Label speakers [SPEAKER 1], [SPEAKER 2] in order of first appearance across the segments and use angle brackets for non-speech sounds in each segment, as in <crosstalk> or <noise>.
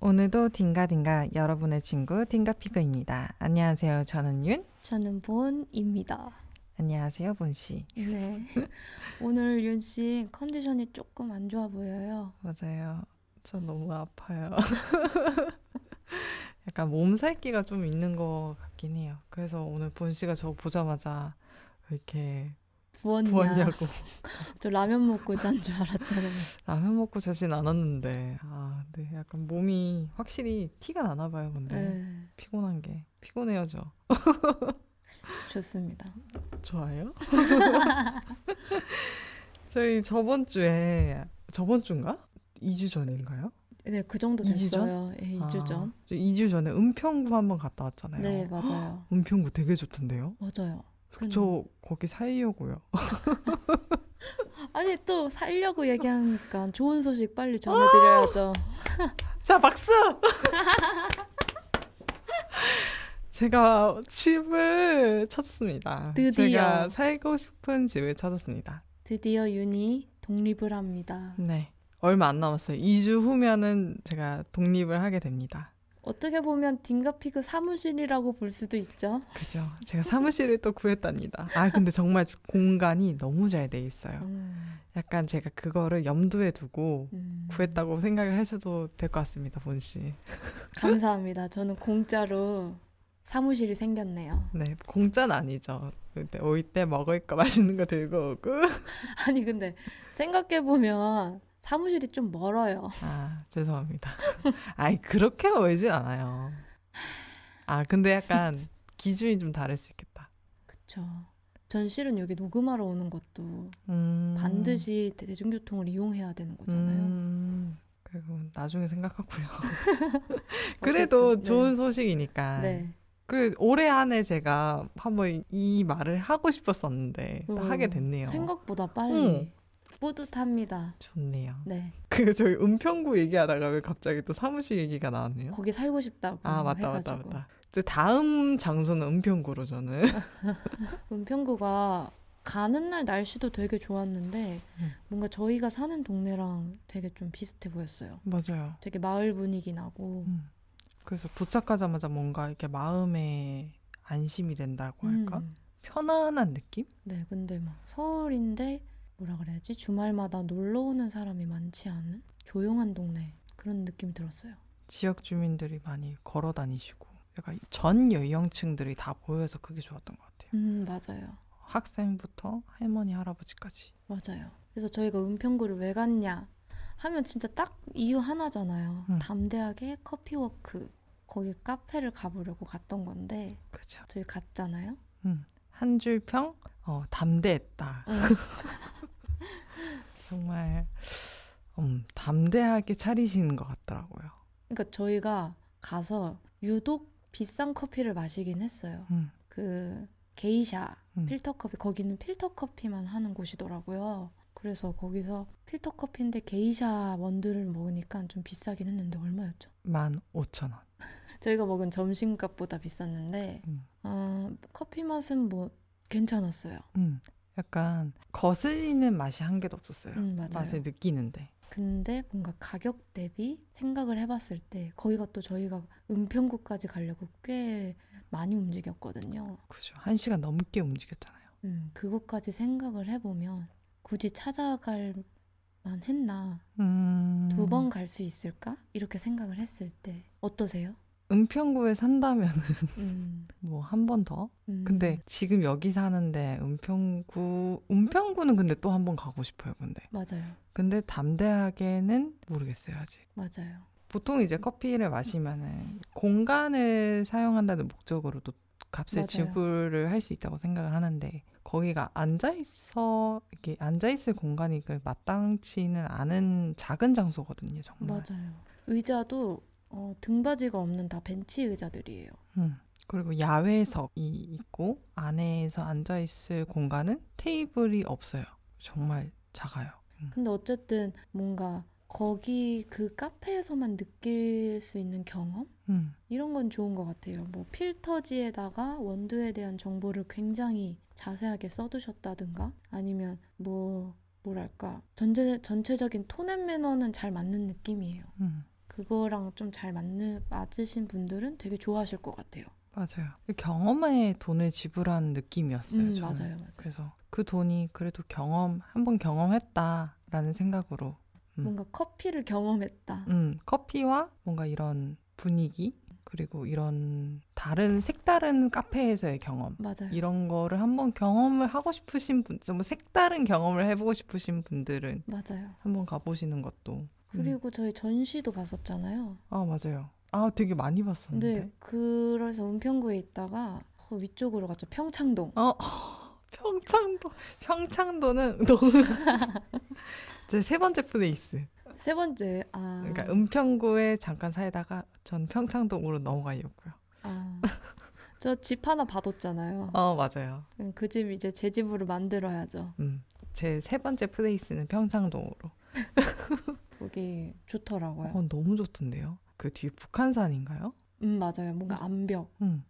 [SPEAKER 1] 오늘도 딩가딩가 여러분의 친구 딩가피그입니다. 안녕하세요. 저는 윤.
[SPEAKER 2] 저는 본입니다.
[SPEAKER 1] 안녕하세요. 본 씨.
[SPEAKER 2] 네. <laughs> 오늘 윤 씨 컨디션이 조금 안 좋아 보여요.
[SPEAKER 1] 맞아요. 저 너무 아파요. <laughs> 약간 몸살기가 좀 있는 것 같긴 해요. 그래서 오늘 본 씨가 저 보자마자 왜 이렇게
[SPEAKER 2] 부었냐?
[SPEAKER 1] 부었냐고 <laughs>
[SPEAKER 2] 저 라면 먹고 잔 줄 알았잖아요.
[SPEAKER 1] 라면 먹고 자진 않았는데 아, 네 약간 몸이 확실히 티가 나나 봐요. 근데
[SPEAKER 2] <laughs> 네.
[SPEAKER 1] 피곤한 게 피곤해요 저.
[SPEAKER 2] 좋습니다.
[SPEAKER 1] 좋아요? <laughs> 저희 저번 주에 저번 주인가? 2주 전인가요?
[SPEAKER 2] 네, 그 정도
[SPEAKER 1] 이주
[SPEAKER 2] 됐어요. 예, 2주 전.
[SPEAKER 1] 저 2주 전에 은평구 한번 갔다 왔잖아요.
[SPEAKER 2] 네, 음. 맞아요.
[SPEAKER 1] 은평구 되게 좋던데요.
[SPEAKER 2] 맞아요. 근-
[SPEAKER 1] 저 거기 살려고요.
[SPEAKER 2] 아니 또 살려고 얘기하니까 좋은 소식 빨리 전해드려야죠.
[SPEAKER 1] 자, 박수! <laughs> 제가 집을 찾았습니다.
[SPEAKER 2] 드디어.
[SPEAKER 1] 제가 살고 싶은 집을 찾았습니다.
[SPEAKER 2] 드디어 윤이 독립을 합니다.
[SPEAKER 1] 네. 얼마 안 남았어요. 2주 후면은 제가 독립을 하게 됩니다.
[SPEAKER 2] 어떻게 보면 딩가피그 사무실이라고 볼 수도 있죠.
[SPEAKER 1] 그죠. 제가 사무실을 또 구했답니다. 아, 근데 정말 공간이 너무 잘 돼 있어요.
[SPEAKER 2] 음,
[SPEAKER 1] 약간 제가 그거를 염두에 두고
[SPEAKER 2] 음.
[SPEAKER 1] 구했다고 생각을 하셔도 될 것 같습니다, 본 씨.
[SPEAKER 2] 감사합니다. 저는 공짜로 사무실이 생겼네요. <laughs>
[SPEAKER 1] 네, 공짜는 아니죠. 그때 올 때 먹을 거 맛있는 거 들고 오고.
[SPEAKER 2] 아니 근데 생각해 보면 사무실이 좀 멀어요.
[SPEAKER 1] 아, 죄송합니다. 아니, 그렇게 멀진 않아요. 아, 근데 약간 기준이 좀 다를 수 있겠다.
[SPEAKER 2] 그쵸. 전 실은 여기 녹음하러 오는 것도
[SPEAKER 1] 음.
[SPEAKER 2] 반드시 대- 대중교통을 이용해야 되는 거잖아요.
[SPEAKER 1] 음, 그리고 나중에 생각하고요. 그래도
[SPEAKER 2] 어쨌든, 네.
[SPEAKER 1] 좋은 소식이니까.
[SPEAKER 2] 네.
[SPEAKER 1] 그 올해 안에 제가 한번 이 말을 하고 싶었었는데
[SPEAKER 2] 음,
[SPEAKER 1] 하게 됐네요.
[SPEAKER 2] 생각보다 빨리
[SPEAKER 1] 응.
[SPEAKER 2] 뿌듯합니다.
[SPEAKER 1] 좋네요. <laughs>
[SPEAKER 2] 네.
[SPEAKER 1] 그 저희 은평구 얘기하다가 왜 갑자기 또 사무실 얘기가 나왔네요.
[SPEAKER 2] 거기 살고 싶다고
[SPEAKER 1] 아 맞다 맞다
[SPEAKER 2] 해가지고.
[SPEAKER 1] 맞다. 이제 다음 장소는 은평구로 저는. <laughs>
[SPEAKER 2] 은평구가 가는 날 날씨도 되게 좋았는데
[SPEAKER 1] 음.
[SPEAKER 2] 뭔가 저희가 사는 동네랑 되게 좀 비슷해 보였어요.
[SPEAKER 1] 맞아요.
[SPEAKER 2] 되게 마을 분위기 나고
[SPEAKER 1] 음. 그래서 도착하자마자 뭔가 이렇게 마음에 안심이 된다고 할까?
[SPEAKER 2] 음.
[SPEAKER 1] 편안한 느낌?
[SPEAKER 2] 네, 근데 막 서울인데 뭐라 그래야지 주말마다 놀러 오는 사람이 많지 않은 조용한 동네 그런 느낌이 들었어요.
[SPEAKER 1] 지역 주민들이 많이 걸어 다니시고 약간 전 연령층들이 다 모여서 그게 좋았던 것 같아요.
[SPEAKER 2] 음, 맞아요,
[SPEAKER 1] 학생부터 할머니 할아버지까지.
[SPEAKER 2] 맞아요. 그래서 저희가 은평구를 왜 갔냐 하면 진짜 딱 이유 하나잖아요.
[SPEAKER 1] 음.
[SPEAKER 2] 담대하게 커피워크 거기 카페를 가보려고 갔던 건데
[SPEAKER 1] 그죠.
[SPEAKER 2] 저희 갔잖아요.
[SPEAKER 1] 한 줄 평? 어, 담대했다.
[SPEAKER 2] 응.
[SPEAKER 1] <laughs> 정말 음, 담대하게 차리시는 것 같더라고요.
[SPEAKER 2] 그러니까 저희가 가서 유독 비싼 커피를 마시긴 했어요.
[SPEAKER 1] 음.
[SPEAKER 2] 그 게이샤
[SPEAKER 1] 음.
[SPEAKER 2] 필터 커피 거기는 필터 커피만 하는 곳이더라고요. 그래서 거기서 필터 커피인데 게이샤 원두를 먹으니까 좀 비싸긴 했는데 얼마였죠?
[SPEAKER 1] 15,000원.
[SPEAKER 2] 저희가 먹은 점심값보다 비쌌는데
[SPEAKER 1] 음.
[SPEAKER 2] 어, 커피 맛은 뭐 괜찮았어요.
[SPEAKER 1] 음. 약간 거슬리는 맛이 한 개도 없었어요.
[SPEAKER 2] 음, 맞아요.
[SPEAKER 1] 맛을 느끼는데.
[SPEAKER 2] 근데 뭔가 가격 대비 생각을 해봤을 때 거기가 또 저희가 은평구까지 가려고 꽤 많이 움직였거든요.
[SPEAKER 1] 그죠. 한 시간 넘게 움직였잖아요.
[SPEAKER 2] 음, 그것까지 생각을 해보면 굳이 찾아갈 만했나
[SPEAKER 1] 음.
[SPEAKER 2] 두 번 갈 수 있을까? 이렇게 생각을 했을 때
[SPEAKER 1] <laughs>
[SPEAKER 2] 어떠세요?
[SPEAKER 1] 은평구에 <laughs> 산다면
[SPEAKER 2] 음,
[SPEAKER 1] 뭐 한 번 더?
[SPEAKER 2] 음.
[SPEAKER 1] 근데 지금 여기 사는데 은평구 은평구는 근데 또 한 번 가고 싶어요. 근데
[SPEAKER 2] 맞아요,
[SPEAKER 1] 근데 담대하게는 모르겠어요 아직.
[SPEAKER 2] 맞아요.
[SPEAKER 1] 보통 이제 커피를 마시면은 공간을 사용한다는 목적으로도 값을
[SPEAKER 2] 맞아요.
[SPEAKER 1] 지불을 할 수 있다고 생각을 하는데 거기가 앉아 있어 이렇게 앉아 있을 공간이 그 마땅치는 않은 작은 장소거든요 정말.
[SPEAKER 2] 맞아요. 의자도 어, 등받이가 없는 다 벤치 의자들이에요.
[SPEAKER 1] 음. 그리고 야외석이 있고 안에서 앉아 있을 공간은 테이블이 없어요. 정말 작아요. 음.
[SPEAKER 2] 근데 어쨌든 뭔가 거기 그 카페에서만 느낄 수 있는 경험?
[SPEAKER 1] 음.
[SPEAKER 2] 이런 건 좋은 것 같아요. 뭐 필터지에다가 원두에 대한 정보를 굉장히 자세하게 써두셨다든가 아니면 뭐 뭐랄까 전체 전체적인 톤 앤 매너는 잘 맞는 느낌이에요.
[SPEAKER 1] 음.
[SPEAKER 2] 그거랑 좀 잘 맞는 맞으신 분들은 되게 좋아하실 것 같아요.
[SPEAKER 1] 맞아요. 경험에 돈을 지불한 느낌이었어요.
[SPEAKER 2] 음,
[SPEAKER 1] 저는.
[SPEAKER 2] 맞아요, 맞아요.
[SPEAKER 1] 그래서 그 돈이 그래도 경험 한 번 경험했다라는 생각으로 음.
[SPEAKER 2] 뭔가 커피를 경험했다.
[SPEAKER 1] 음, 커피와 뭔가 이런 분위기 그리고 이런 다른 색다른 카페에서의 경험
[SPEAKER 2] 맞아요.
[SPEAKER 1] 이런 거를 한번 경험을 하고 싶으신 분, 좀 색다른 경험을 해보고 싶으신 분들은
[SPEAKER 2] 맞아요.
[SPEAKER 1] 한번 가보시는 것도 음.
[SPEAKER 2] 그리고 저희 전시도 봤었잖아요.
[SPEAKER 1] 아 맞아요. 아 되게 많이 봤었는데.
[SPEAKER 2] 근데 그래서 은평구에 있다가 어, 위쪽으로 갔죠. 평창동.
[SPEAKER 1] 어, 평창도 평창도는 너무 <laughs> 제 세 번째 플레이스.
[SPEAKER 2] 세 번째. 아.
[SPEAKER 1] 그러니까 은평구에 잠깐 살다가 전 평창동으로 넘어가려고요.
[SPEAKER 2] 아. <laughs> 저 집 하나 받았잖아요.
[SPEAKER 1] 어 맞아요.
[SPEAKER 2] 그 집 이제 제 집으로 만들어야죠.
[SPEAKER 1] 음, 제 세 번째 플레이스는 평창동으로.
[SPEAKER 2] 거기 좋더라고요.
[SPEAKER 1] 어 너무 좋던데요. 그 뒤에 북한산인가요?
[SPEAKER 2] 음, 맞아요. 뭔가 암벽.
[SPEAKER 1] 응.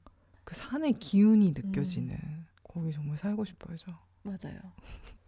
[SPEAKER 1] 그 산의 기운이 느껴지는 거기 정말 살고 싶어요. 저.
[SPEAKER 2] 맞아요.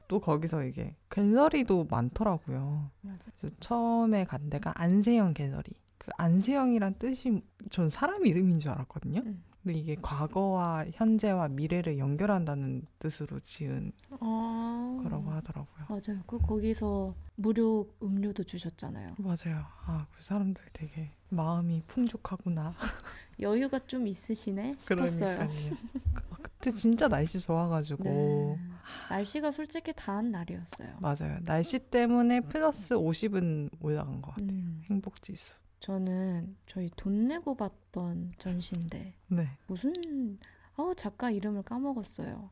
[SPEAKER 1] 또 거기서 이게 갤러리도 많더라고요.
[SPEAKER 2] 맞아요.
[SPEAKER 1] 그래서 처음에 간 데가 안세영 갤러리. 그 안세영이란 뜻이 전 사람 이름인 줄 알았거든요.
[SPEAKER 2] 음.
[SPEAKER 1] 근데 이게 과거와 현재와 미래를 연결한다는 뜻으로 지은
[SPEAKER 2] 아.
[SPEAKER 1] 거라고 하더라고요.
[SPEAKER 2] 맞아요. 그 거기서 무료 음료도 주셨잖아요.
[SPEAKER 1] 맞아요. 아, 그 사람들이 되게 마음이 풍족하구나. <laughs>
[SPEAKER 2] 여유가 좀 있으시네 싶었어요. <laughs>
[SPEAKER 1] 그러니까요. 그- 그때 진짜 날씨 좋아가지고
[SPEAKER 2] 네. 날씨가 솔직히 다한 날이었어요.
[SPEAKER 1] 맞아요. 날씨 때문에 플러스 50은 올라간 것 같아요.
[SPEAKER 2] 음,
[SPEAKER 1] 행복 지수.
[SPEAKER 2] 저는 저희 돈 내고 봤던 전시인데
[SPEAKER 1] 네.
[SPEAKER 2] 무슨 아우 작가 이름을 까먹었어요.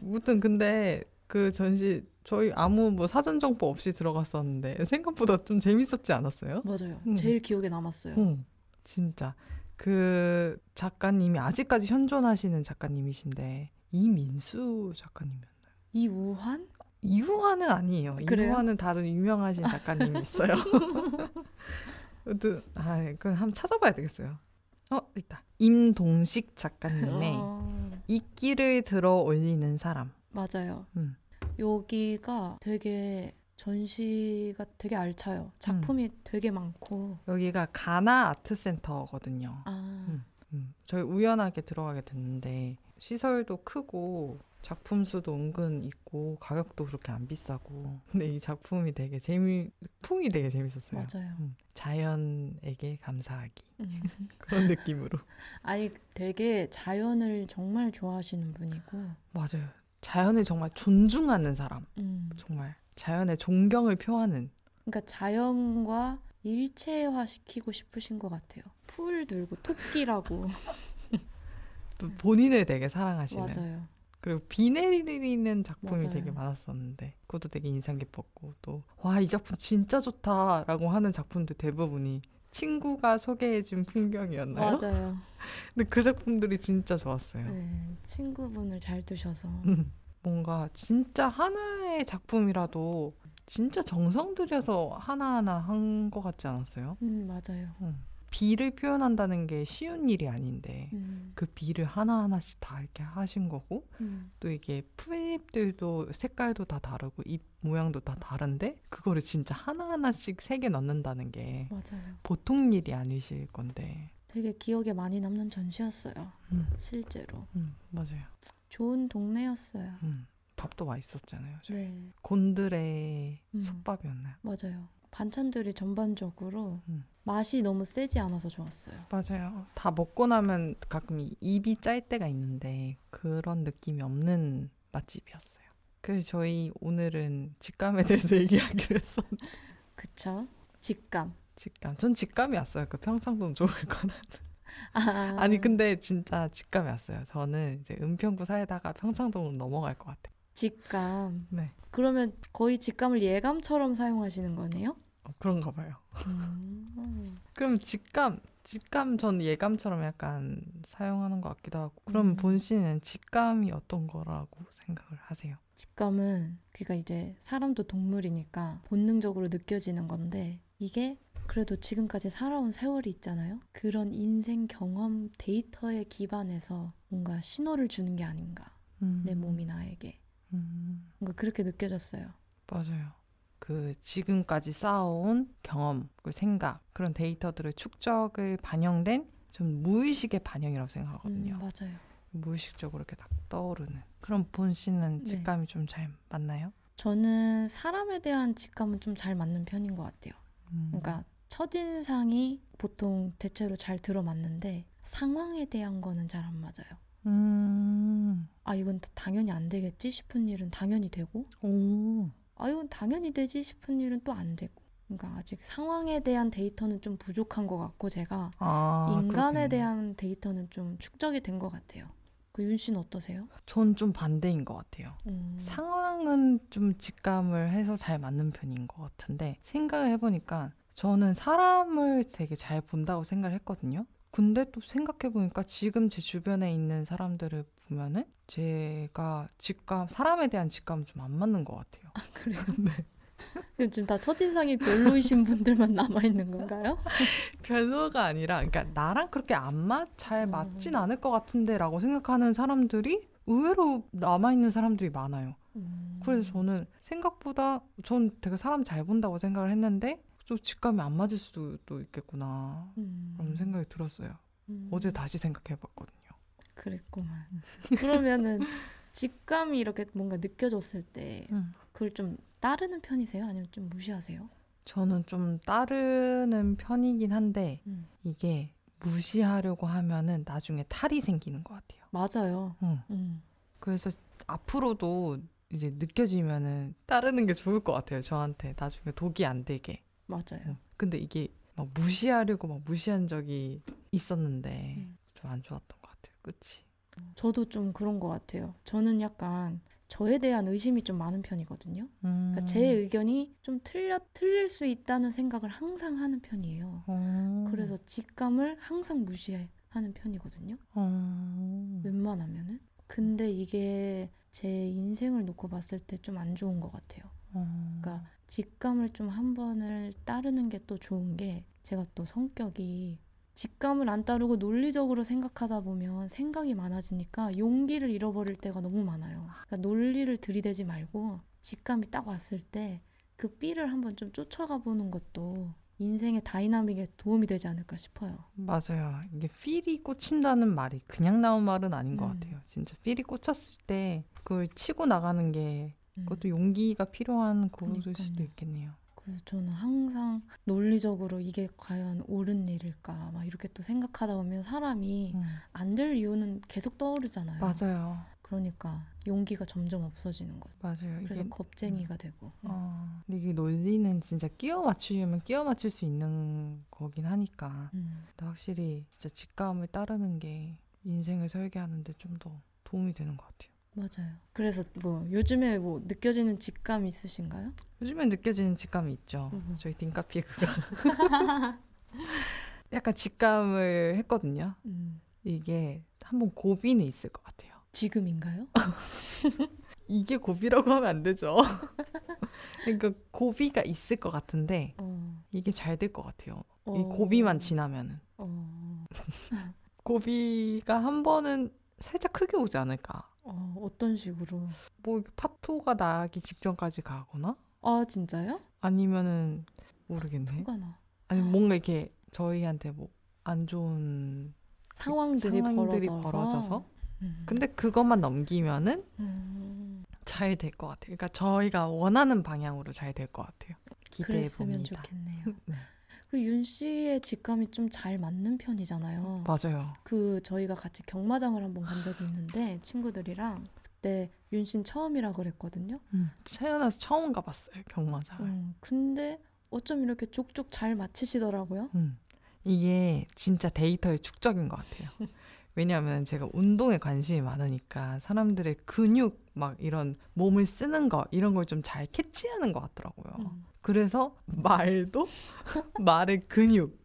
[SPEAKER 1] 무튼 근데 그 전시 저희 아무 뭐 사전 정보 없이 들어갔었는데 생각보다 좀 재밌었지 않았어요?
[SPEAKER 2] 맞아요.
[SPEAKER 1] 음.
[SPEAKER 2] 제일 기억에 남았어요.
[SPEAKER 1] 응. 진짜 그 작가님이 아직까지 현존하시는 작가님이신데 이민수 작가님이었나요?
[SPEAKER 2] 이우한?
[SPEAKER 1] 이우환은 아니에요.
[SPEAKER 2] 그래요?
[SPEAKER 1] 이우환은 다른 유명하신 작가님이
[SPEAKER 2] <laughs>
[SPEAKER 1] 있어요. 아무튼 아, 그건 한번 찾아봐야 되겠어요. 어, 있다. 임동식 작가님의
[SPEAKER 2] 아,
[SPEAKER 1] 이끼를 들어 올리는 사람.
[SPEAKER 2] 맞아요.
[SPEAKER 1] 음.
[SPEAKER 2] 여기가 되게 전시가 되게 알차요. 작품이
[SPEAKER 1] 음.
[SPEAKER 2] 되게 많고.
[SPEAKER 1] 여기가 가나 아트 센터거든요.
[SPEAKER 2] 아,
[SPEAKER 1] 음. 음, 저희 우연하게 들어가게 됐는데 시설도 크고 작품 수도 은근 있고 가격도 그렇게 안 비싸고 근데 이 작품이 되게 재미 풍이 되게 재밌었어요.
[SPEAKER 2] 맞아요.
[SPEAKER 1] 음, 자연에게 감사하기
[SPEAKER 2] 음.
[SPEAKER 1] 그런 느낌으로
[SPEAKER 2] 아니 되게 자연을 정말 좋아하시는 분이고.
[SPEAKER 1] 맞아요. 자연을 정말 존중하는 사람
[SPEAKER 2] 음.
[SPEAKER 1] 정말 자연의 존경을 표하는
[SPEAKER 2] 그러니까 자연과 일체화시키고 싶으신 것 같아요. 풀 들고 토끼라고.
[SPEAKER 1] 또 본인을 되게 <laughs> 사랑하시는
[SPEAKER 2] 네. 맞아요.
[SPEAKER 1] 그리고 비 내리는 작품이
[SPEAKER 2] 맞아요.
[SPEAKER 1] 되게 많았었는데 그것도 되게 인상 깊었고 또 와 이 작품 진짜 좋다라고 하는 작품들 대부분이 친구가 소개해준 풍경이었나요?
[SPEAKER 2] 맞아요.
[SPEAKER 1] 근데 그 작품들이 진짜 좋았어요.
[SPEAKER 2] 네, 친구분을 잘 두셔서.
[SPEAKER 1] 음, 뭔가 진짜 하나의 작품이라도 진짜 정성 들여서 하나하나 한 것 같지 않았어요?
[SPEAKER 2] 음 맞아요.
[SPEAKER 1] 비를 표현한다는 게 쉬운 일이 아닌데
[SPEAKER 2] 음,
[SPEAKER 1] 그 비를 하나하나씩 다 이렇게 하신 거고
[SPEAKER 2] 음,
[SPEAKER 1] 또 이게 풀잎들도 색깔도 다 다르고 잎 모양도 다 다른데 그거를 진짜 하나하나씩 세 개 넣는다는 게
[SPEAKER 2] 맞아요.
[SPEAKER 1] 보통 일이 아니실 건데
[SPEAKER 2] 되게 기억에 많이 남는 전시였어요.
[SPEAKER 1] 음.
[SPEAKER 2] 실제로
[SPEAKER 1] 음, 맞아요
[SPEAKER 2] 좋은 동네였어요.
[SPEAKER 1] 음, 밥도 맛있었잖아요 저희.
[SPEAKER 2] 네,
[SPEAKER 1] 곤드레
[SPEAKER 2] 음.
[SPEAKER 1] 솥밥이었나요?
[SPEAKER 2] 맞아요. 반찬들이 전반적으로
[SPEAKER 1] 음.
[SPEAKER 2] 맛이 너무 세지 않아서 좋았어요.
[SPEAKER 1] 맞아요 다 먹고 나면 가끔 이- 입이 짤 때가 있는데 그런 느낌이 없는 맛집이었어요 그래서 저희 오늘은 직감에 대해서 <laughs> 얘기하기로 했었는데
[SPEAKER 2] 그쵸? 직감.
[SPEAKER 1] 직감 전 직감이 왔어요 그 평창동 좋을 거라
[SPEAKER 2] 아,
[SPEAKER 1] 아니 근데 진짜 직감이 왔어요. 저는 이제 은평구 살다가 평창동으로 넘어갈 것 같아요.
[SPEAKER 2] 직감.
[SPEAKER 1] 네.
[SPEAKER 2] 그러면 거의 직감을 예감처럼
[SPEAKER 1] <laughs>
[SPEAKER 2] 사용하시는 거네요?
[SPEAKER 1] 어, 그런가 봐요.
[SPEAKER 2] 음.
[SPEAKER 1] 그럼 직감, 직감 전 예감처럼 약간 사용하는 것 같기도 하고. 그럼
[SPEAKER 2] 음.
[SPEAKER 1] 본 씨는 직감이 어떤 거라고 생각을 하세요?
[SPEAKER 2] 직감은 그러니까 이제 사람도 동물이니까 본능적으로 느껴지는 건데 이게 그래도 지금까지 살아온 세월이 있잖아요. 그런 인생 경험 데이터에 기반해서 뭔가 신호를 주는 게 아닌가.
[SPEAKER 1] 음.
[SPEAKER 2] 내 몸이 나에게.
[SPEAKER 1] 음,
[SPEAKER 2] 뭔가 그렇게 느껴졌어요. 음,
[SPEAKER 1] 맞아요. 그 지금까지 쌓아온 경험, 그리고 생각 그런 데이터들을 축적을 반영된 좀 무의식의 반영이라고 생각하거든요.
[SPEAKER 2] 음, 맞아요.
[SPEAKER 1] 무의식적으로 이렇게 딱 떠오르는. 그럼 본 씨는
[SPEAKER 2] 네.
[SPEAKER 1] 직감이 좀 잘 맞나요?
[SPEAKER 2] 저는 사람에 대한 직감은 좀 잘 맞는 편인 것 같아요.
[SPEAKER 1] 음.
[SPEAKER 2] 그러니까 첫인상이 보통 대체로 잘 들어맞는데 상황에 대한 거는 잘 안 맞아요.
[SPEAKER 1] 음.
[SPEAKER 2] 아 이건 당연히 안 되겠지 싶은 일은 당연히 되고
[SPEAKER 1] 오.
[SPEAKER 2] 아 이건 당연히 되지 싶은 일은 또 안 되고 그러니까 아직 상황에 대한 데이터는 좀 부족한 것 같고 제가
[SPEAKER 1] 아,
[SPEAKER 2] 인간에
[SPEAKER 1] 그렇군요.
[SPEAKER 2] 대한 데이터는 좀 축적이 된 것 같아요. 그윤 씨는 어떠세요?
[SPEAKER 1] 전 좀 반대인 것 같아요.
[SPEAKER 2] 음,
[SPEAKER 1] 상황은 <laughs> 좀 직감을 해서 잘 맞는 편인 것 같은데 생각을 해보니까 저는 사람을 되게 잘 본다고 생각을 했거든요. 근데 또 생각해보니까 지금 제 주변에 있는 사람들을 보면은 제가 직감 사람에 대한 직감은 좀 안 맞는 것 같아요.
[SPEAKER 2] 아, 그래요? 요즘 다 첫인상이 별로이신 분들만 남아 있는 건가요?
[SPEAKER 1] 별로가 아니라 그러니까 나랑 그렇게 안맞잘
[SPEAKER 2] 음.
[SPEAKER 1] 맞진 않을 것 같은데라고 생각하는 사람들이 의외로 남아 있는 사람들이 많아요.
[SPEAKER 2] 음,
[SPEAKER 1] 그래서 저는 생각보다 전 되게 사람 잘 본다고 생각을 했는데 또 직감이 안 맞을 수도 있겠구나
[SPEAKER 2] 음,
[SPEAKER 1] 그런 생각이 들었어요.
[SPEAKER 2] 음,
[SPEAKER 1] 어제 다시 생각해봤거든요.
[SPEAKER 2] 그랬구만. 그러면은 직감이 이렇게 뭔가 느껴졌을 때
[SPEAKER 1] 음.
[SPEAKER 2] 그걸 좀 따르는 편이세요? 아니면 좀 무시하세요?
[SPEAKER 1] 저는 좀 따르는 편이긴 한데
[SPEAKER 2] 음.
[SPEAKER 1] 이게 무시하려고 하면은 나중에 탈이 생기는 것 같아요.
[SPEAKER 2] 맞아요.
[SPEAKER 1] 응.
[SPEAKER 2] 음.
[SPEAKER 1] 그래서 앞으로도 이제 느껴지면은 따르는 게 좋을 것 같아요. 저한테 나중에 독이 안 되게.
[SPEAKER 2] 맞아요.
[SPEAKER 1] 어, 근데 이게 막 무시하려고 막 무시한 적이 있었는데
[SPEAKER 2] 음.
[SPEAKER 1] 좀 안 좋았던 것 같아요. 그치?
[SPEAKER 2] 저도 좀 그런 것 같아요. 저는 약간 저에 대한 의심이 좀 많은 편이거든요.
[SPEAKER 1] 음.
[SPEAKER 2] 그러니까 제 의견이 좀 틀려 틀릴 수 있다는 생각을 항상 하는 편이에요.
[SPEAKER 1] 어.
[SPEAKER 2] 그래서 직감을 항상 무시하는 편이거든요.
[SPEAKER 1] 음. 어.
[SPEAKER 2] 웬만하면은. 근데 이게 제 인생을 놓고 봤을 때 좀 안 좋은 것 같아요.
[SPEAKER 1] 어.
[SPEAKER 2] 그러니까 직감을 좀 한 번을 따르는 게 또 좋은 게 제가 또 성격이 직감을 안 따르고 논리적으로 생각하다 보면 생각이 많아지니까 용기를 잃어버릴 때가 너무 많아요. 그러니까 논리를 들이대지 말고 직감이 딱 왔을 때 그 삐를 한번 좀 쫓아가 보는 것도 인생의 다이나믹에 도움이 되지 않을까 싶어요.
[SPEAKER 1] 맞아요. 이게 필이 꽂힌다는 말이 그냥 나온 말은 아닌 것
[SPEAKER 2] 음.
[SPEAKER 1] 같아요. 진짜 필이 꽂혔을 때 그걸 치고 나가는 게
[SPEAKER 2] 음.
[SPEAKER 1] 그것도 용기가 필요한 그거일 수도
[SPEAKER 2] 그러니까요.
[SPEAKER 1] 있겠네요.
[SPEAKER 2] 그래서 저는 항상 논리적으로 이게 과연 옳은 일일까 막 이렇게 또 생각하다 보면 사람이
[SPEAKER 1] 음.
[SPEAKER 2] 안 될 이유는 계속 떠오르잖아요.
[SPEAKER 1] 맞아요.
[SPEAKER 2] 그러니까 용기가 점점 없어지는 거죠.
[SPEAKER 1] 맞아요. 이게
[SPEAKER 2] 그래서
[SPEAKER 1] 뭐, 음.
[SPEAKER 2] 겁쟁이가 되고.
[SPEAKER 1] 어, 근데 이게 논리는 진짜 끼워 맞추려면 끼워 맞출 수 있는 거긴 하니까
[SPEAKER 2] 음.
[SPEAKER 1] 근데 확실히 진짜 직감을 따르는 게 인생을 설계하는데 좀 더 도움이 되는 것 같아요.
[SPEAKER 2] 맞아요. 그래서 뭐 요즘에 뭐 느껴지는 직감 있으신가요?
[SPEAKER 1] 요즘에 느껴지는 직감이 있죠.
[SPEAKER 2] 음.
[SPEAKER 1] 저희 딩카피에 그거 <laughs> 약간 직감을 했거든요.
[SPEAKER 2] 음.
[SPEAKER 1] 이게 한번 고비는 있을 것 같아요.
[SPEAKER 2] 지금인가요?
[SPEAKER 1] 이게 고비라고 하면 안 되죠. <laughs> 그러니까 고비가 있을 것 같은데
[SPEAKER 2] 어.
[SPEAKER 1] 이게 잘 될 것 같아요.
[SPEAKER 2] 어.
[SPEAKER 1] 이 고비만 지나면은
[SPEAKER 2] 어.
[SPEAKER 1] 고비가 한 번은 살짝 크게 오지 않을까.
[SPEAKER 2] 어. 어떤 식으로?
[SPEAKER 1] 뭐 이게 파토가 나기 직전까지 가거나
[SPEAKER 2] 아 진짜요?
[SPEAKER 1] 네. 아니면은 모르겠네.
[SPEAKER 2] 뭐가 나?
[SPEAKER 1] 아니 뭔가 이렇게 저희한테 뭐 안 좋은
[SPEAKER 2] 상황들이,
[SPEAKER 1] 상황들이
[SPEAKER 2] 벌어져서.
[SPEAKER 1] 벌어져서?
[SPEAKER 2] 음.
[SPEAKER 1] 근데 그것만 넘기면은
[SPEAKER 2] 음.
[SPEAKER 1] 잘 될 것 같아요. 그러니까 저희가 원하는 방향으로 잘 될 것 같아요. 기대해
[SPEAKER 2] 그랬으면
[SPEAKER 1] 봅니다.
[SPEAKER 2] 좋겠네요.
[SPEAKER 1] <laughs> 네.
[SPEAKER 2] 그 윤 씨의 직감이 좀 잘 맞는 편이잖아요.
[SPEAKER 1] 맞아요.
[SPEAKER 2] 그 저희가 같이 경마장을 한번 간 적이 있는데 친구들이랑 그때 윤신 처음이라 그랬거든요.
[SPEAKER 1] 태어나서 처음 가봤어요 경마장을.
[SPEAKER 2] 음, 근데 어쩜 이렇게 족족 잘 맞히시더라고요.
[SPEAKER 1] 음. 이게 진짜 데이터의 축적인 것 같아요. 왜냐하면 제가 운동에 관심이 많으니까 사람들의 근육 막 이런 몸을 쓰는 거 이런 걸 좀 잘 캐치하는 것 같더라고요.
[SPEAKER 2] 음.
[SPEAKER 1] 그래서 말도 <laughs> 말의 근육,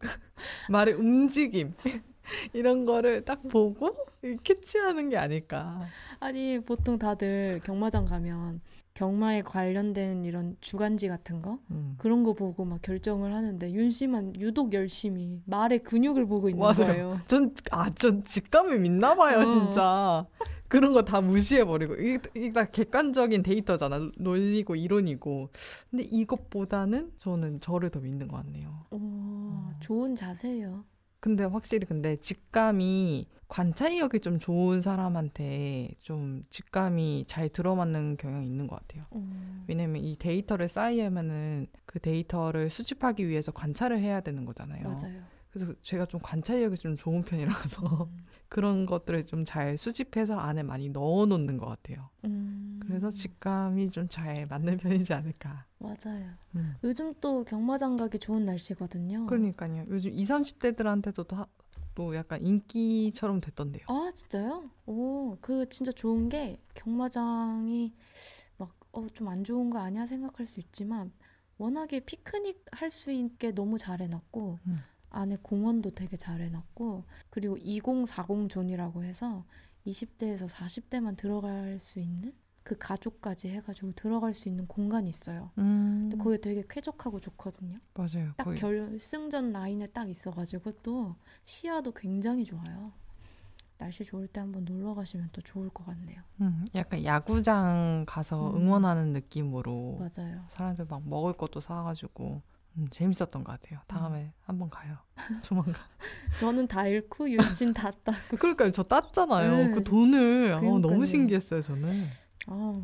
[SPEAKER 1] 말의 움직임 <laughs> 이런 거를 딱 보고 캐치하는 게 아닐까.
[SPEAKER 2] 아니 보통 다들 경마장 가면 경마에 관련된 이런 주간지 같은 거
[SPEAKER 1] 음.
[SPEAKER 2] 그런 거 보고 막 결정을 하는데 윤 씨만 유독 열심히 말의 근육을 보고
[SPEAKER 1] <laughs>
[SPEAKER 2] 있는
[SPEAKER 1] 맞아요.
[SPEAKER 2] 거예요.
[SPEAKER 1] 전, 아, 전 직감이 믿나 봐요,
[SPEAKER 2] 어.
[SPEAKER 1] 진짜. 그런 거 다 무시해버리고 이게 이게 다 객관적인 데이터잖아 논리고 이론이고 근데 이것보다는 저는 저를 더 믿는 것 같네요
[SPEAKER 2] 오, 어,
[SPEAKER 1] 음.
[SPEAKER 2] 좋은 자세예요.
[SPEAKER 1] 근데 확실히 근데 직감이 관찰력이 좀 좋은 사람한테 좀 직감이 잘 들어맞는 경향이 있는 것 같아요
[SPEAKER 2] 음,
[SPEAKER 1] 왜냐면 이 데이터를 쌓이려면은 그 데이터를 수집하기 위해서 관찰을 해야 되는 거잖아요
[SPEAKER 2] 맞아요.
[SPEAKER 1] 그래서 제가 좀 관찰력이 좀 좋은 편이라서 그런 것들을 좀 잘 수집해서 안에 많이 넣어 놓는 것 같아요.
[SPEAKER 2] 음,
[SPEAKER 1] 그래서 직감이 좀 잘 맞는 편이지 않을까.
[SPEAKER 2] 맞아요.
[SPEAKER 1] 음.
[SPEAKER 2] 요즘 또 경마장 가기 좋은 날씨거든요.
[SPEAKER 1] 그러니까요. 요즘 20, 30대들한테도 또, 하- 또 약간 인기처럼 됐던데요.
[SPEAKER 2] 아, 진짜요? 오, 그 진짜 좋은 게 경마장이 막, 어, 좀 안 좋은 거 아니야 생각할 수 있지만, 워낙에 피크닉 할 수 있게 너무 잘 해놨고,
[SPEAKER 1] 음.
[SPEAKER 2] 안에 공원도 되게 잘 해놨고, 그리고 2040 존이라고 해서 20대에서 40대만 들어갈 수 있는 그 가족까지 해가지고 들어갈 수 있는 공간이 있어요.
[SPEAKER 1] 음,
[SPEAKER 2] 근데 거기 되게 쾌적하고 좋거든요.
[SPEAKER 1] 맞아요.
[SPEAKER 2] 딱
[SPEAKER 1] 거의
[SPEAKER 2] 결승전 라인에 딱 있어가지고 또 시야도 굉장히 좋아요. 날씨 좋을 때 한번 놀러 가시면 또 좋을 것 같네요.
[SPEAKER 1] 음, 약간 야구장 가서
[SPEAKER 2] 음.
[SPEAKER 1] 응원하는 느낌으로
[SPEAKER 2] 맞아요.
[SPEAKER 1] 사람들 막 먹을 것도 사가지고 음, 재밌었던 것 같아요. 다음에 한번 가요. <laughs> 조만간.
[SPEAKER 2] 저는 다 잃고 유진 다 따.
[SPEAKER 1] 그러니까요. 저 땄잖아요.
[SPEAKER 2] 네.
[SPEAKER 1] 그 돈을 어,
[SPEAKER 2] 그러니까요.
[SPEAKER 1] 너무 신기했어요. 저는.
[SPEAKER 2] 아,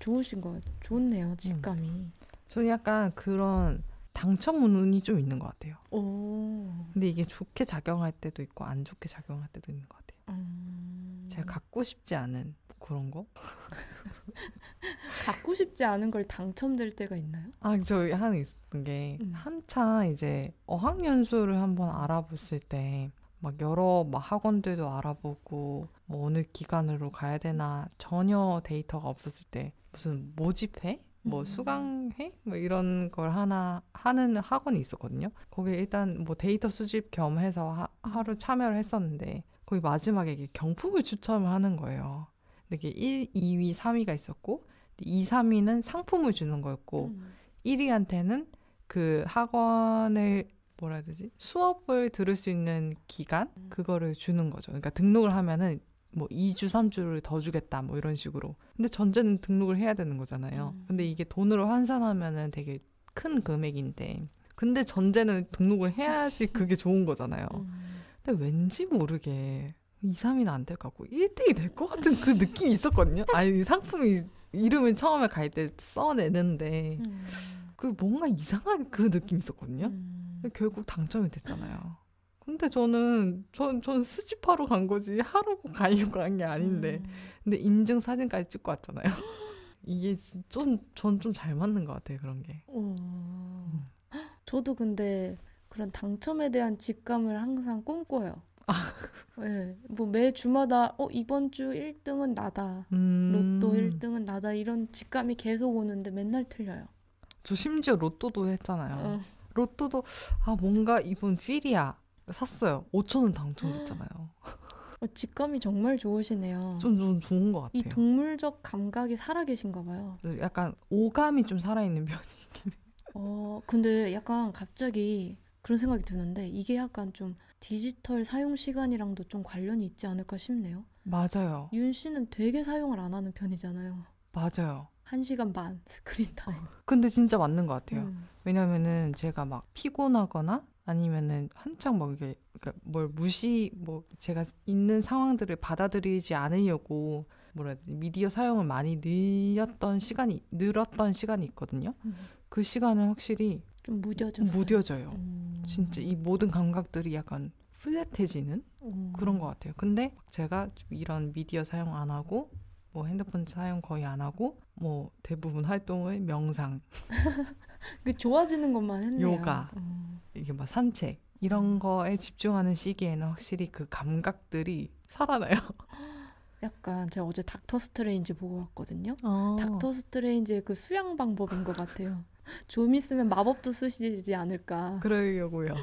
[SPEAKER 2] 좋으신 거
[SPEAKER 1] 음.
[SPEAKER 2] 좋네요. 직감이.
[SPEAKER 1] 저는 약간 그런 당첨운이 좀 있는 것 같아요.
[SPEAKER 2] 오.
[SPEAKER 1] 근데 이게 좋게 작용할 때도 있고 안 좋게 작용할 때도 있는 것 같아요.
[SPEAKER 2] 음,
[SPEAKER 1] 제가 갖고 싶지 않은 그런 거?
[SPEAKER 2] 갖고 싶지 않은 걸 당첨될 때가 있나요?
[SPEAKER 1] 아, 저 하나 있었던 게
[SPEAKER 2] 음.
[SPEAKER 1] 한창 이제 어학연수를 한번 알아봤을 때 막 여러 막 학원들도 알아보고 뭐 어느 기관으로 가야 되나 전혀 데이터가 없었을 때 무슨 모집회? 뭐
[SPEAKER 2] 음.
[SPEAKER 1] 수강회? 뭐 이런 걸 하나 하는 학원이 있었거든요. 거기 일단 뭐 데이터 수집 겸 해서 하, 하루 참여를 했었는데 거기 마지막에 이게 경품을 추첨을 하는 거예요. 근데 이게 1, 2위, 3위가 있었고 2, 3위는 상품을 주는 거였고
[SPEAKER 2] 음.
[SPEAKER 1] 1위한테는 그 학원을 뭐라 해야 되지? 수업을 들을 수 있는 기간
[SPEAKER 2] 음.
[SPEAKER 1] 그거를 주는 거죠. 그러니까 등록을 하면은 뭐 2주, 3주를 더 주겠다 뭐 이런 식으로. 근데 전제는 등록을 해야 되는 거잖아요.
[SPEAKER 2] 음.
[SPEAKER 1] 근데 이게 돈으로 환산하면은 되게 큰 금액인데 근데 전제는 등록을 해야지 그게 좋은 거잖아요.
[SPEAKER 2] 음.
[SPEAKER 1] 근데 왠지 모르게 2, 3위는 안 될 것 같고 1등이 될 것 같은 그 느낌이 있었거든요. 아니 상품이 이름을 처음에 갈 때 써내는데
[SPEAKER 2] 음.
[SPEAKER 1] 그 뭔가 이상한 그 느낌이 있었거든요.
[SPEAKER 2] 음.
[SPEAKER 1] 근데 결국 당첨이 됐잖아요. 근데 저는 전, 전 수집하러 간 거지 하라고 <laughs> 가려고 간 게 아닌데
[SPEAKER 2] 음.
[SPEAKER 1] 근데 인증 사진까지 찍고 왔잖아요. <laughs> 이게 좀 전 좀 잘 맞는 것 같아요 그런 게.
[SPEAKER 2] 오. 어. 저도 근데 그런 당첨에 대한 직감을 항상 꿈꿔요.
[SPEAKER 1] 아.
[SPEAKER 2] 네, 뭐매 주마다 어 이번 주 1등은 나다.
[SPEAKER 1] 음,
[SPEAKER 2] 로또 1등은 나다 이런 직감이 계속 오는데 맨날 틀려요.
[SPEAKER 1] 저 심지어 로또도 했잖아요.
[SPEAKER 2] 어,
[SPEAKER 1] 로또도 아 뭔가 이번 필이야 샀어요. 5천 원 당첨됐잖아요. 아,
[SPEAKER 2] 어, 직감이 정말 좋으시네요.
[SPEAKER 1] 좀 좀 좋은 것
[SPEAKER 2] 이
[SPEAKER 1] 같아요.
[SPEAKER 2] 동물적 감각이 살아계신가 봐요.
[SPEAKER 1] 약간 오감이 좀 살아있는 <laughs> 편이.
[SPEAKER 2] 어, 근데 약간 갑자기 그런 생각이 드는데 이게 약간 좀 디지털 사용 시간이랑도 좀 관련이 있지 않을까 싶네요.
[SPEAKER 1] 맞아요,
[SPEAKER 2] 윤 씨는 되게 사용을 안 하는 편이잖아요.
[SPEAKER 1] 맞아요.
[SPEAKER 2] 1시간 반
[SPEAKER 1] 아,
[SPEAKER 2] 스크린 타임.
[SPEAKER 1] 근데 진짜 맞는 것 같아요.
[SPEAKER 2] 음.
[SPEAKER 1] 왜냐면은 제가 막 피곤하거나 아니면은 한창 막 이게 그러니까 뭘 무시 뭐 제가 있는 상황들을 받아들이지 않으려고 뭐라 해야 되지 미디어 사용을 많이 늘렸던 시간이 늘었던 시간이 있거든요.
[SPEAKER 2] 음.
[SPEAKER 1] 그 시간은 확실히 좀
[SPEAKER 2] 좀 무뎌졌어요.
[SPEAKER 1] 무뎌져요.
[SPEAKER 2] 음.
[SPEAKER 1] 진짜 이 모든 감각들이 약간 플랫해지는
[SPEAKER 2] 음.
[SPEAKER 1] 그런 것 같아요. 근데 제가 좀 이런 미디어 사용 안 하고 뭐 핸드폰 사용 거의 안 하고 뭐 대부분 활동을 명상
[SPEAKER 2] 그 좋아지는 것만 했네요.
[SPEAKER 1] 요가.
[SPEAKER 2] 음.
[SPEAKER 1] 이게 막 산책 이런 거에 집중하는 시기에는 확실히 그 감각들이 <laughs> 살아나요.
[SPEAKER 2] 약간 제가 어제 닥터 스트레인지 보고 왔거든요.
[SPEAKER 1] 닥터
[SPEAKER 2] 닥터 스트레인지의 그 수양 방법인 것 같아요. <laughs> 좀 있으면 마법도 쓰시지 않을까.
[SPEAKER 1] <laughs> 그러려고요.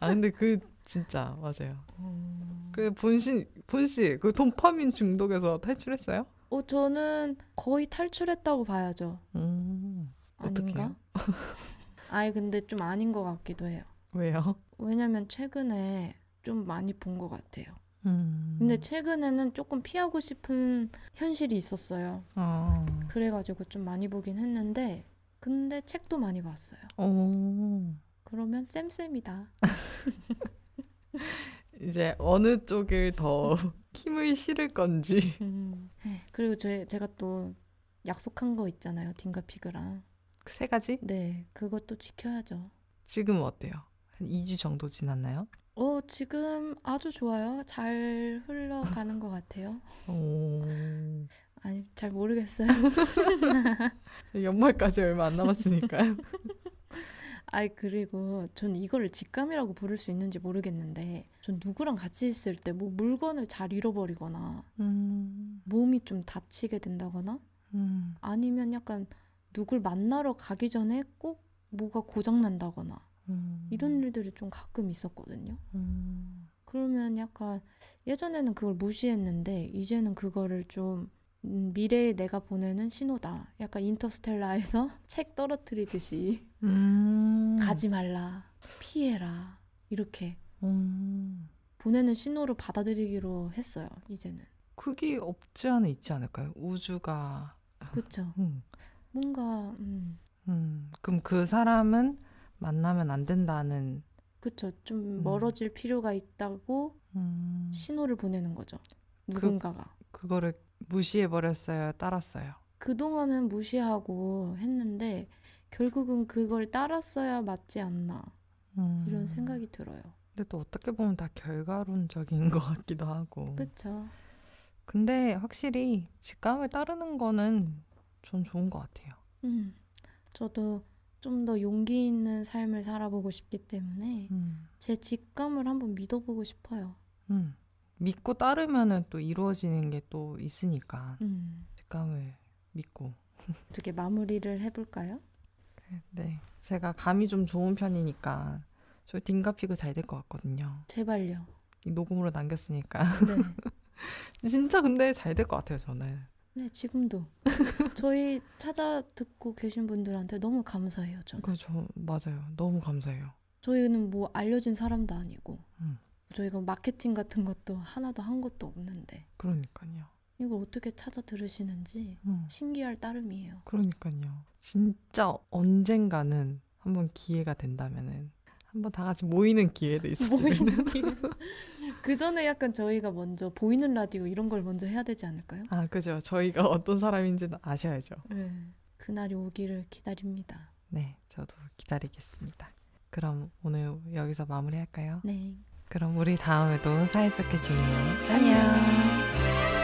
[SPEAKER 1] 아 근데 그 진짜 맞아요.
[SPEAKER 2] 음.
[SPEAKER 1] 그래 본신 본씨 그 도파민 중독에서 탈출했어요?
[SPEAKER 2] 어, 저는 거의 탈출했다고 봐야죠.
[SPEAKER 1] 음
[SPEAKER 2] 아닌가?
[SPEAKER 1] 어떡해요?
[SPEAKER 2] <laughs> 아예 근데 좀 아닌 것 같기도 해요.
[SPEAKER 1] 왜요?
[SPEAKER 2] 왜냐면 최근에 좀 많이 본 것 같아요.
[SPEAKER 1] 음.
[SPEAKER 2] 근데 최근에는 조금 피하고 싶은 현실이 있었어요.
[SPEAKER 1] 아.
[SPEAKER 2] 그래가지고 좀 많이 보긴 했는데, 근데 책도 많이 봤어요.
[SPEAKER 1] 오.
[SPEAKER 2] 그러면 쌤쌤이다.
[SPEAKER 1] 이제 어느 쪽을 더 <laughs> 힘을 실을 건지. <laughs>
[SPEAKER 2] 음. 에이, 그리고 제, 제가 또 약속한 거 있잖아요. 딘과 피그랑.
[SPEAKER 1] 그세 가지?
[SPEAKER 2] 네, 그것도 지켜야죠.
[SPEAKER 1] 지금은 어때요? 한 2주 정도 지났나요?
[SPEAKER 2] 어, 지금 아주 좋아요. 잘 흘러가는 것 같아요.
[SPEAKER 1] 오.
[SPEAKER 2] 아니, 잘 모르겠어요. <laughs>
[SPEAKER 1] 연말까지 얼마 안 남았으니까요.
[SPEAKER 2] 아이, 그리고 전 이거를 직감이라고 부를 수 있는지 모르겠는데, 전 누구랑 같이 있을 때 뭐 물건을 잘 잃어버리거나,
[SPEAKER 1] 음.
[SPEAKER 2] 몸이 좀 다치게 된다거나,
[SPEAKER 1] 음.
[SPEAKER 2] 아니면 약간 누굴 만나러 가기 전에 꼭 뭐가 고장난다거나,
[SPEAKER 1] 음.
[SPEAKER 2] 이런 일들이 좀 가끔 있었거든요.
[SPEAKER 1] 음.
[SPEAKER 2] 그러면 약간 예전에는 그걸 무시했는데 이제는 그거를 좀 음, 미래에 내가 보내는 신호다. 약간 인터스텔라에서 <laughs> 책 떨어뜨리듯이
[SPEAKER 1] 음.
[SPEAKER 2] 가지 말라, 피해라 이렇게
[SPEAKER 1] 음.
[SPEAKER 2] 보내는 신호를 받아들이기로 했어요. 이제는
[SPEAKER 1] 그게 없지 않아 있지 않을까요? 우주가.
[SPEAKER 2] 그렇죠.
[SPEAKER 1] 음.
[SPEAKER 2] 뭔가 음,
[SPEAKER 1] 음. 그럼 그 사람은 만나면 안 된다는.
[SPEAKER 2] 그렇죠. 좀
[SPEAKER 1] 음.
[SPEAKER 2] 멀어질 필요가 있다고
[SPEAKER 1] 음.
[SPEAKER 2] 신호를 보내는 거죠.
[SPEAKER 1] 그
[SPEAKER 2] 누군가가
[SPEAKER 1] 그거를 무시해 버렸어요. 따랐어요.
[SPEAKER 2] 그동안은 무시하고 했는데 결국은 그걸 따랐어야 맞지 않나
[SPEAKER 1] 음.
[SPEAKER 2] 이런 생각이 들어요.
[SPEAKER 1] 근데 또 어떻게 보면 다 결과론적인 <laughs> 것 같기도 하고.
[SPEAKER 2] 그렇죠.
[SPEAKER 1] 근데 확실히 직감을 따르는 거는 전 좋은 것 같아요.
[SPEAKER 2] 음, 저도 좀 더 용기 있는 삶을 살아보고 싶기 때문에
[SPEAKER 1] 음.
[SPEAKER 2] 제 직감을 한번 믿어보고 싶어요.
[SPEAKER 1] 음. 믿고 따르면은 또 이루어지는 게 또 있으니까
[SPEAKER 2] 음,
[SPEAKER 1] 직감을 믿고.
[SPEAKER 2] 어떻게 마무리를 해볼까요?
[SPEAKER 1] 네, 제가 감이 좀 좋은 편이니까 저 딩가피그 잘 될 것 같거든요.
[SPEAKER 2] 제발요.
[SPEAKER 1] 이 녹음으로 남겼으니까 <laughs>
[SPEAKER 2] 네.
[SPEAKER 1] 진짜 근데 잘 될 것 같아요 저는.
[SPEAKER 2] 네, 지금도 저희 찾아 듣고 계신 분들한테 너무 감사해요. 저
[SPEAKER 1] 그저 맞아요. 너무 감사해요.
[SPEAKER 2] 저희는 뭐 알려진 사람도 아니고
[SPEAKER 1] 음.
[SPEAKER 2] 저희가 마케팅 같은 것도 하나도 한 것도 없는데
[SPEAKER 1] 그러니까요.
[SPEAKER 2] 이걸 어떻게 찾아 들으시는지
[SPEAKER 1] 음.
[SPEAKER 2] 신기할
[SPEAKER 1] <laughs>
[SPEAKER 2] 따름이에요.
[SPEAKER 1] 그러니까요. 진짜 언젠가는 한번 기회가 된다면은 한번 다 같이 모이는 기회도 있으면
[SPEAKER 2] 뭐 모이는 게. <laughs> 그 전에 약간 저희가 먼저 보이는 라디오 이런 걸 먼저 해야 되지 않을까요?
[SPEAKER 1] 아 그죠. 저희가 어떤 사람인지는 아셔야죠.
[SPEAKER 2] 네. 그날이 오기를 기다립니다.
[SPEAKER 1] 네, 저도 기다리겠습니다. 그럼 오늘 여기서 마무리할까요?
[SPEAKER 2] 네.
[SPEAKER 1] 그럼 우리 다음에도 사이좋게 지내요. 안녕.